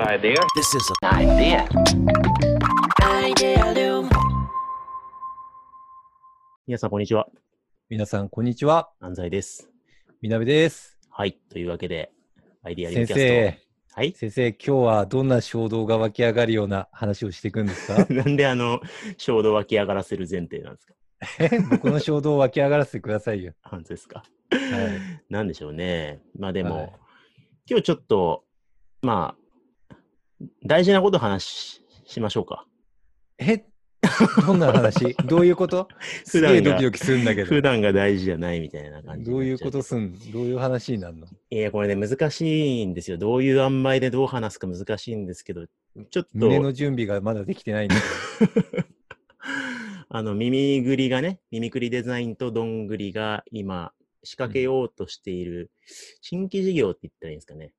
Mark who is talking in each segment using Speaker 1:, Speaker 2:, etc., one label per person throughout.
Speaker 1: idea.
Speaker 2: This is a
Speaker 1: Idea.
Speaker 2: 皆さんこんにちは。
Speaker 3: 皆さん、こんにちは。
Speaker 2: 安西です。
Speaker 3: みなべです。
Speaker 2: はい。というわけで、アイディアリ
Speaker 3: 先
Speaker 2: ムキャス
Speaker 3: 生、
Speaker 2: ト。はい。
Speaker 3: 先生、今日はどんな衝動が湧き上がるような話をしていくんで すか
Speaker 2: なんであの、衝動湧き上がらせる前提なんですか
Speaker 3: え僕の衝動を湧き上がらせてくださいよ。
Speaker 2: 本当ですか、
Speaker 3: はい
Speaker 2: なんでしょうね。まあでも、
Speaker 3: はい
Speaker 2: 今日ちょっと、まあ、大事なこと話ししましょうか。
Speaker 3: えどんな話 どういうこと す
Speaker 2: 普
Speaker 3: げ
Speaker 2: 段
Speaker 3: えド
Speaker 2: が
Speaker 3: キ、ドキするんだけど
Speaker 2: 普。段が大事じゃないみたいな感じ。
Speaker 3: どういうことすんどういう話になるの
Speaker 2: いや、これね、難しいんですよ。どういう塩梅でどう話すか難しいんですけど、ちょっ
Speaker 3: 胸
Speaker 2: と、
Speaker 3: の準備がまだできてな いんだけど。
Speaker 2: あの、耳ぐりがね、耳くりデザインとどんぐりが今、仕掛けようとしている、新規事業って言ったらいいんですかね。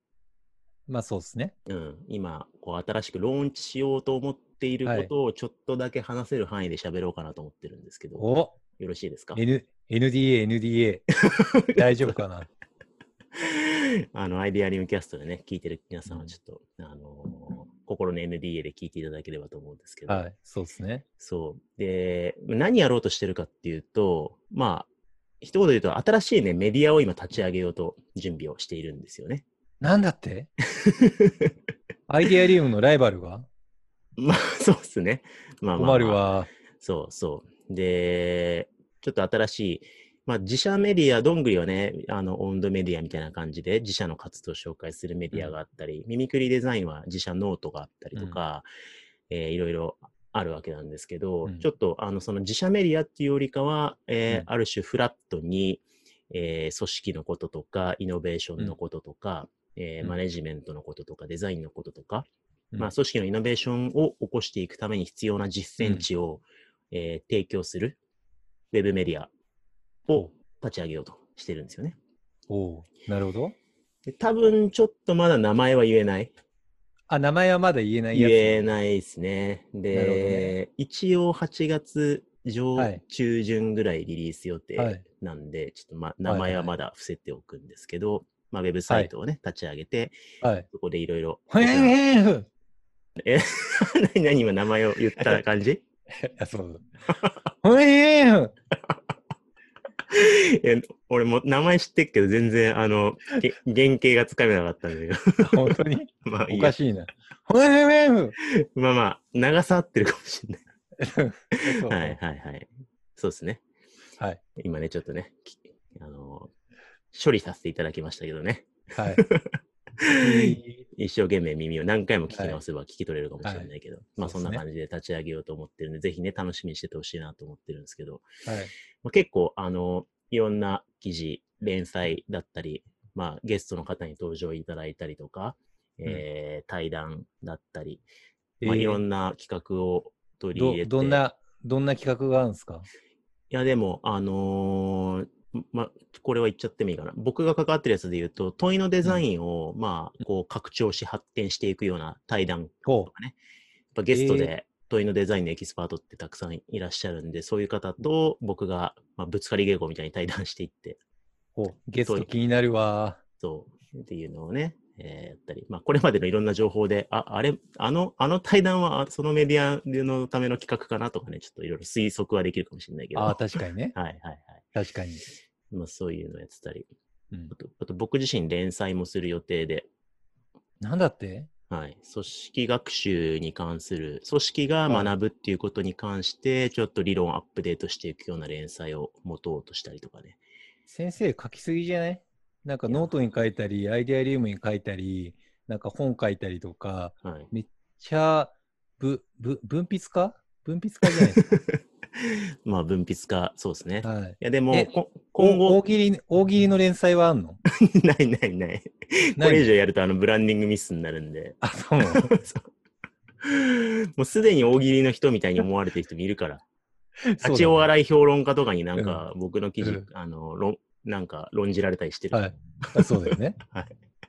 Speaker 3: まあそうですね。
Speaker 2: うん。今、こう、新しくローンチしようと思っていることを、ちょっとだけ話せる範囲で喋ろうかなと思ってるんですけど、
Speaker 3: お
Speaker 2: よろしいですか
Speaker 3: N NDA、NDA。大丈夫かな
Speaker 2: あの、アイデアリウムキャストでね、聞いてる皆さんはちょっと、あのー心の NDA で聞いていただければと思うんですけど、
Speaker 3: はい、そうですね。
Speaker 2: そう。で、何やろうとしてるかっていうと、まあ、一言で言うと、新しいね、メディアを今立ち上げようと準備をしているんですよね。
Speaker 3: なんだってアイデアリウムのライバルが
Speaker 2: まあ、そうっすね。まあまあ、ま
Speaker 3: 困
Speaker 2: あ、
Speaker 3: るわ。
Speaker 2: そうそう。で、ちょっと新しい、まあ、自社メディア、どんぐりはね、あの、オウンドメディアみたいな感じで、自社の活動を紹介するメディアがあったり、ミミクリデザインは自社ノートがあったりとか、えーいろいろあるわけなんですけど、
Speaker 3: うん
Speaker 2: ちょっと、あの、その自社メディアっていうよりかは、えー
Speaker 3: うん
Speaker 2: ある種フラットに、えー組織のこととか、イノベーションのこととか、えー
Speaker 3: うん
Speaker 2: マネジメントのこととか、デザインのこととか、
Speaker 3: うん
Speaker 2: まあ、組織のイノベーションを起こしていくために必要な実践値を、えー提供するウェブメディアを立ち上げようとしてるんですよね。
Speaker 3: おうなるほど。
Speaker 2: で多分ちょっとまだ名前は言えない。
Speaker 3: あ、名前はまだ言えないや
Speaker 2: 言
Speaker 3: つ。
Speaker 2: えないですね。
Speaker 3: なるほど
Speaker 2: で
Speaker 3: ね、
Speaker 2: 一応8月上、
Speaker 3: はい
Speaker 2: 中旬ぐらいリリース予
Speaker 3: は
Speaker 2: 定
Speaker 3: い
Speaker 2: なんで、ちょっと、ま、
Speaker 3: いは
Speaker 2: 名
Speaker 3: い
Speaker 2: 前はまだ伏せておくんですけど、まあ、ウェブサイトをね、立ち上げて、
Speaker 3: はい。
Speaker 2: そこでいろいろ。
Speaker 3: ふんふんふん
Speaker 2: 何 何今名前を言った感じ
Speaker 3: あ、そう。ふんふんふん
Speaker 2: いや俺も名前知ってっけど、全然、あの、げ原型がつかめなかったんだけど。
Speaker 3: 本当に
Speaker 2: まあい
Speaker 3: お
Speaker 2: い
Speaker 3: か
Speaker 2: や、
Speaker 3: しいな。ふんふんふん
Speaker 2: まあまあ、長さ合ってるかもしれない。
Speaker 3: ふんそう
Speaker 2: はいはいはい。そうですね。
Speaker 3: はい。
Speaker 2: 今ね、ちょっとね、きあのー処理させていただき ましたけどね。
Speaker 3: はい。
Speaker 2: 一生懸命耳を何回も聞き直せば聞き取れるかもしれないけど、まあ
Speaker 3: そ
Speaker 2: そうん
Speaker 3: っすね
Speaker 2: な感じで立ち上げようと思ってるんで、ぜひね、楽しみにしててほしいなと思ってるんですけど、
Speaker 3: はい。
Speaker 2: まあ、結構、あの、いろんな記事、連載だったり、まあ、ゲストの方に登場いただいたりとか、えー対談だったり、まあ、いろ
Speaker 3: な。
Speaker 2: んな企画を取り入れ
Speaker 3: ど、
Speaker 2: て、
Speaker 3: どんな、どんな企画があるんですか
Speaker 2: いや、でも、あのーま、これは言っちゃってもいいかな。僕が関わってるやつで言うと、問いのデザインを、まあ、こう、拡張し発展していくような対談
Speaker 3: ほ
Speaker 2: やっぱゲスト
Speaker 3: え
Speaker 2: で問いのデザインのエキスパートってたくさんいらっしゃるんで、そういう方と僕が、まあ、ぶつかり稽古みたいに対談していって、
Speaker 3: う。ほう。ゲスト気になるわ。
Speaker 2: そう、っていうのをね、えーやったり、まあ、これまでのいろんな情報で、あ、あれ、あの、あの対談はあそのメディアのための企画かなとかね、ちょっといろいろ推測はできるかもしれないけど、
Speaker 3: ああ、
Speaker 2: はい
Speaker 3: 確かにね。
Speaker 2: はいはい。
Speaker 3: 確かに。
Speaker 2: まあ、そういうのをやってたり、
Speaker 3: うん
Speaker 2: あとあと僕自身連載もする予定で、
Speaker 3: なんだって
Speaker 2: はい、組織学習に関する、組織が
Speaker 3: はい
Speaker 2: 学ぶっていうことに関して、ちょっと理論をアップデートしていくような連載を持とうとしたりとかね。
Speaker 3: 先生書きすぎじゃないなんか
Speaker 2: いや
Speaker 3: ノートに書いたり、アイデアリウムに書いたり、なんか本書いたりとか、
Speaker 2: はい、
Speaker 3: ちゃ、ぶ、ぶ、文筆家文筆家じゃない です
Speaker 2: まあ、分泌化、そうですね。
Speaker 3: か。
Speaker 2: い、
Speaker 3: はい。
Speaker 2: や、でも、
Speaker 3: え
Speaker 2: こ今
Speaker 3: 今後
Speaker 2: 後
Speaker 3: 大、喜利、大喜利の連載はあんの
Speaker 2: ないないない。こ
Speaker 3: ない
Speaker 2: れ以上やると、あの、ブランディングミスになるんで。
Speaker 3: あ、そうなの
Speaker 2: もうすでに大喜利の人みたいに思われてる人もいるから。立ちお
Speaker 3: い。
Speaker 2: 笑い評論家とかになんか、僕の記事、
Speaker 3: うん
Speaker 2: あの、論、なんか論じられたりしてるから
Speaker 3: はい。あそうだよね。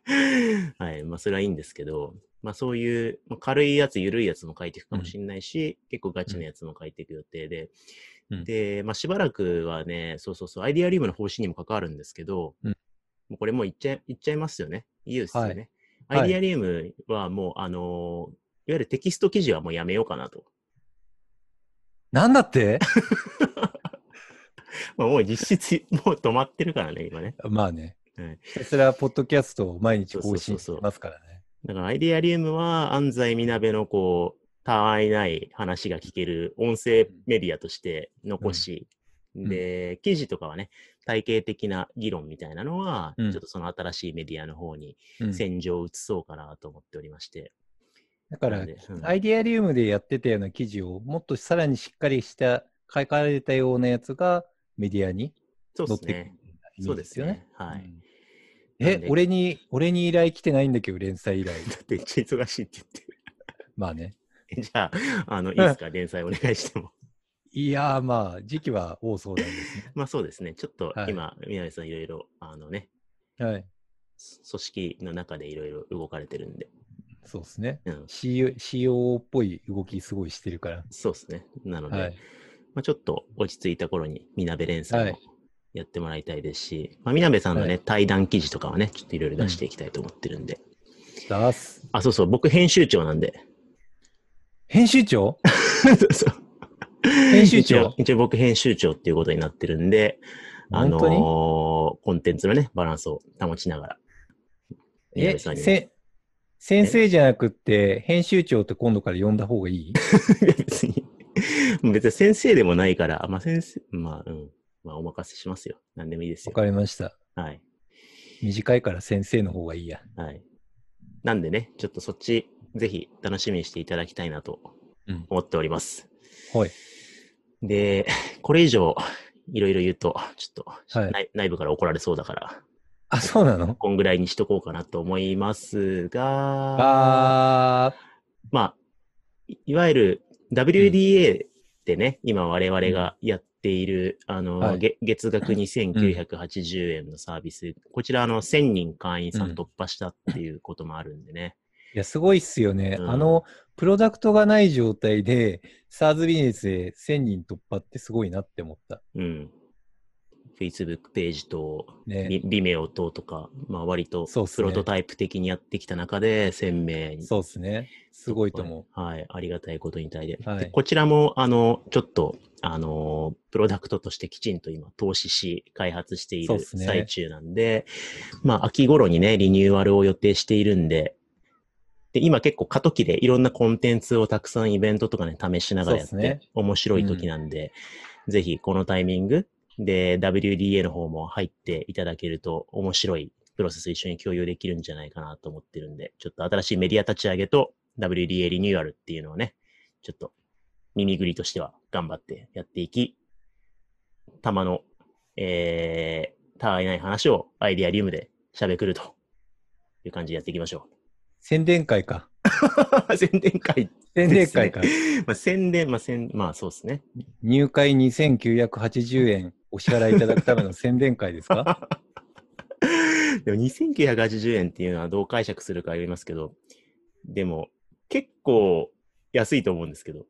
Speaker 2: はい。まあ、それはいいんですけど、まあ、そういう、まあ、軽いやつ、緩いやつも書いていくかもしれないし、結構ガチなやつも書いていく予定で、
Speaker 3: うん
Speaker 2: で、まあ、しばらくはね、そうそうそう、アイディアリウムの方針にも関わるんですけど、
Speaker 3: うん
Speaker 2: もうこれもう言っちゃい、言っちゃいますよね。いいですよね。
Speaker 3: はい
Speaker 2: アイディアリウムはもう、あのーいわゆるテキスト記事はもうやめようかなと。
Speaker 3: なんだって
Speaker 2: まあ、もう実質、もう止まってるからね、今ね。
Speaker 3: まあね
Speaker 2: はい。
Speaker 3: ひたすら、ポッドキャストを毎日更新してますからね。
Speaker 2: だから、アイディアリウムは、安西みなべの、こう、たわいない話が聞ける音声メディアとして残し、
Speaker 3: ん
Speaker 2: で、記事とかはね、体系的な議論みたいなのは、
Speaker 3: うん
Speaker 2: ちょっとその新しいメディアの方に
Speaker 3: うん
Speaker 2: 戦場を移そうかなと思っておりまして。
Speaker 3: だから
Speaker 2: な、んでうん
Speaker 3: アイデアリウムでやってたような記事を、もっとさらにしっかりした、書かれたようなやつがメディアに
Speaker 2: そうで
Speaker 3: 載っ
Speaker 2: す
Speaker 3: てくる
Speaker 2: ね。
Speaker 3: イメージ
Speaker 2: そうですよね。。はい。
Speaker 3: うん
Speaker 2: なん
Speaker 3: え、
Speaker 2: で
Speaker 3: 俺に、俺に依頼来て ないんだけど、連載依頼。
Speaker 2: だって、一応忙しいって言って
Speaker 3: まあね。
Speaker 2: る。 じゃあ、あの、いいですか、連載お願いしても。
Speaker 3: いやー、まあ、時期は多そうなんですね。
Speaker 2: まあそうですね。ちょっと
Speaker 3: はい
Speaker 2: 今、宮根さんいろいろ、あのね、
Speaker 3: はい。
Speaker 2: 組織の中でいろいろ動かれてるんで。
Speaker 3: そうですね。
Speaker 2: うん。
Speaker 3: CO COO っぽい動きすごいしてるから。
Speaker 2: そうですね。なので、
Speaker 3: はい。
Speaker 2: まあちょっと落ち着いた頃に、みなべ連載
Speaker 3: は
Speaker 2: もやってもらいたいですし、まあ、みなべさんのね、
Speaker 3: は
Speaker 2: 対談記事とかはね、ちょっといろいろ出していきたいと思ってるんで。
Speaker 3: 出す。
Speaker 2: あ、そうそう、僕編集長なんで。
Speaker 3: 編 集長
Speaker 2: そうそう
Speaker 3: 編集長
Speaker 2: 一応一応僕編集長っていうことになってるんで、あの
Speaker 3: 本当に
Speaker 2: ーコンテンツのね、バランスを保ちながら。宮
Speaker 3: え、
Speaker 2: 部さんにも
Speaker 3: せ先生じゃなくって、編集長って今度から呼んだ方が いい
Speaker 2: いや 別に、別に先生でもないから、まあ先生、まあうん、まあお任せしますよ。何でもいいです
Speaker 3: わ
Speaker 2: よ。
Speaker 3: かりました。
Speaker 2: はい。
Speaker 3: 短いから先生の方がいいや。
Speaker 2: はい。なんでね、ちょっとそっち、ぜひ楽しみにしていただきたいなと
Speaker 3: うん
Speaker 2: 思っております。
Speaker 3: はい。
Speaker 2: で、 これ以上、いろいろ言うと、ちょっと、
Speaker 3: はい
Speaker 2: 内内部から怒られそうだから、
Speaker 3: あ、そうなの
Speaker 2: こんぐらいにしとこうかなと思いますが、
Speaker 3: あ
Speaker 2: まあ、いいわゆる WDA でね、今我々がやっている、あの、
Speaker 3: はい
Speaker 2: げ月額2980円のサービス、こちらあの1000人会員さん
Speaker 3: うん
Speaker 2: 突破したっていうこともあるんでね。
Speaker 3: ー。いや、すごいっすよね。
Speaker 2: うん
Speaker 3: あの、プロダクトがない状態で、サーズビジネスで1000人突破ってすごいなって思った。
Speaker 2: うん。Facebook ページと、
Speaker 3: ね。
Speaker 2: リリメオととか、まあ割と
Speaker 3: そうっす
Speaker 2: プ
Speaker 3: ね
Speaker 2: ロトタイプ的にやってきた中で1000名に
Speaker 3: そうですね。すごいと思う。
Speaker 2: はい、ありがたいことに対で。
Speaker 3: はい
Speaker 2: でこちらも、あの、ちょっと、あの、プロダクトとしてきちんと今、投資し、開発してい
Speaker 3: そうっ
Speaker 2: る
Speaker 3: すね
Speaker 2: 最中なんで、まあ、秋頃にね、リニューアルを予定しているんで、で、今結構過渡期でいろんなコンテンツをたくさんイベントとかね、試しながらやって、
Speaker 3: そうっすね
Speaker 2: 面白い時なんで、ぜひこのタイミングで WDA の方も入っていただけると面白いプロセス一緒に共有できるんじゃないかなと思ってるんで、ちょっと新しいメディア立ち上げと WDA リニューアルっていうのをね、ちょっと耳ぐりとしては頑張ってやっていき、たまの、えー、たわいない話をアイディアリウムで喋くるという感じでやっていきましょ
Speaker 3: 宣伝会か。
Speaker 2: う。 宣伝会。
Speaker 3: 宣伝会か。
Speaker 2: まあ、宣伝、まあ、宣、まあ、そうですね。
Speaker 3: 入会2980円お支払いいただくための宣伝会ですか
Speaker 2: でも2980円っていうのはどう解釈するかよりますけど、でも結構安いと思うんですけど。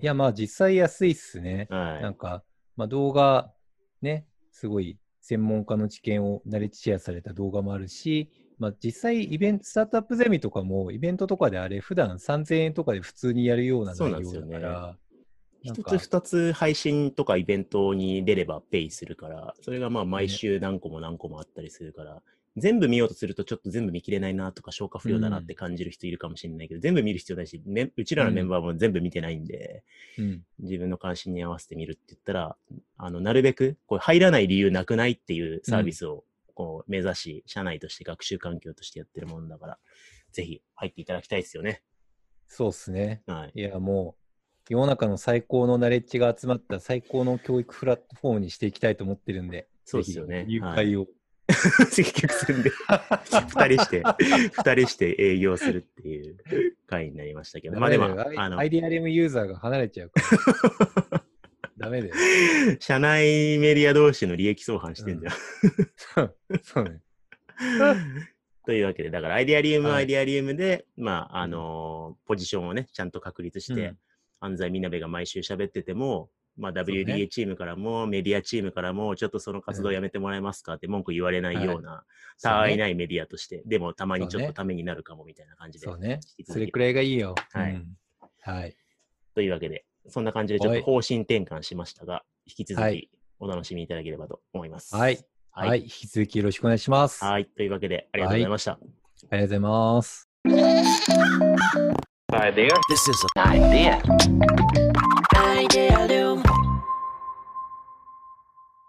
Speaker 3: いや、まあ実際安いっすね。な
Speaker 2: は
Speaker 3: んか、まあ動画、ね、すごい専門家の知見をナレッジシェアされた動画もあるし、まあ実際イベント、スタートアップゼミとかも、イベントとかであれ、普段3000円とかで普通にやるような
Speaker 2: そう
Speaker 3: 内
Speaker 2: なんです
Speaker 3: 容
Speaker 2: よね
Speaker 3: だから、
Speaker 2: い。
Speaker 3: なん
Speaker 2: 一つ
Speaker 3: か
Speaker 2: 二つ配信とかイベントに出ればペイするから、それがまあ毎週何個も何個もあったりするから、全部見ようとするとちょっと全部見切れないなとか消化不良だなって感じる人いるかもしれないけど、全部見る必要ないし、めうちらのメンバーも全部見てないんで、
Speaker 3: うん、
Speaker 2: 自分の関心に合わせてみるって言ったら、あの、なるべく、こう、入らない理由なくないっていうサービスを、こう、目指し、社内として学習環境としてやってるもんだから、ぜひ入っていただきたいですよね。
Speaker 3: そうっすね。
Speaker 2: はい。
Speaker 3: いや、もう、世の中の最高のナレッジが集まった最高の教育プラットフォームにしていきたいと思ってるんで、
Speaker 2: そうですよね
Speaker 3: ぜひ入
Speaker 2: はい
Speaker 3: 会を。
Speaker 2: 結局それで、二人して、二人して営業するっていう会になりましたけど、まあでも
Speaker 3: ダメだ、よ
Speaker 2: あの
Speaker 3: アイアイ、デアリウムユーザーが離れちゃうから。 ダメだよ。
Speaker 2: 社内メディア同士の利益相反してんじゃん。
Speaker 3: そうそ うね。
Speaker 2: というわけで、だからアイデアリウムは
Speaker 3: は
Speaker 2: ア
Speaker 3: い
Speaker 2: イデアリウムで、まあ、あのーポジションをね、ちゃんと確立して、
Speaker 3: うん
Speaker 2: 安西みなべが毎週喋ってても、まあ、
Speaker 3: うね
Speaker 2: WDA チームからも、メディアチームからも、ちょっとその活動やめてもらえますかって文句言われないような、
Speaker 3: そう
Speaker 2: たわい
Speaker 3: ね
Speaker 2: ないメディアとして、でもたまにちょっ
Speaker 3: そう
Speaker 2: と
Speaker 3: ね
Speaker 2: ためになるかもみたいな感じで。
Speaker 3: そうね
Speaker 2: 引き。続き
Speaker 3: それくらいがいいよ。
Speaker 2: はい
Speaker 3: うんはい。
Speaker 2: というわけで、そんな感じでちょっと方針転換しましたが、引き続
Speaker 3: は
Speaker 2: き
Speaker 3: い
Speaker 2: お楽しみいただければと思います。
Speaker 3: はい。
Speaker 2: はい。
Speaker 3: は。
Speaker 2: はいい。
Speaker 3: 引き続きよろしくお願いします。あ
Speaker 2: というわけで、ありがとうございました。
Speaker 3: りがとうございます。
Speaker 1: Idea. This is an idea. Idea.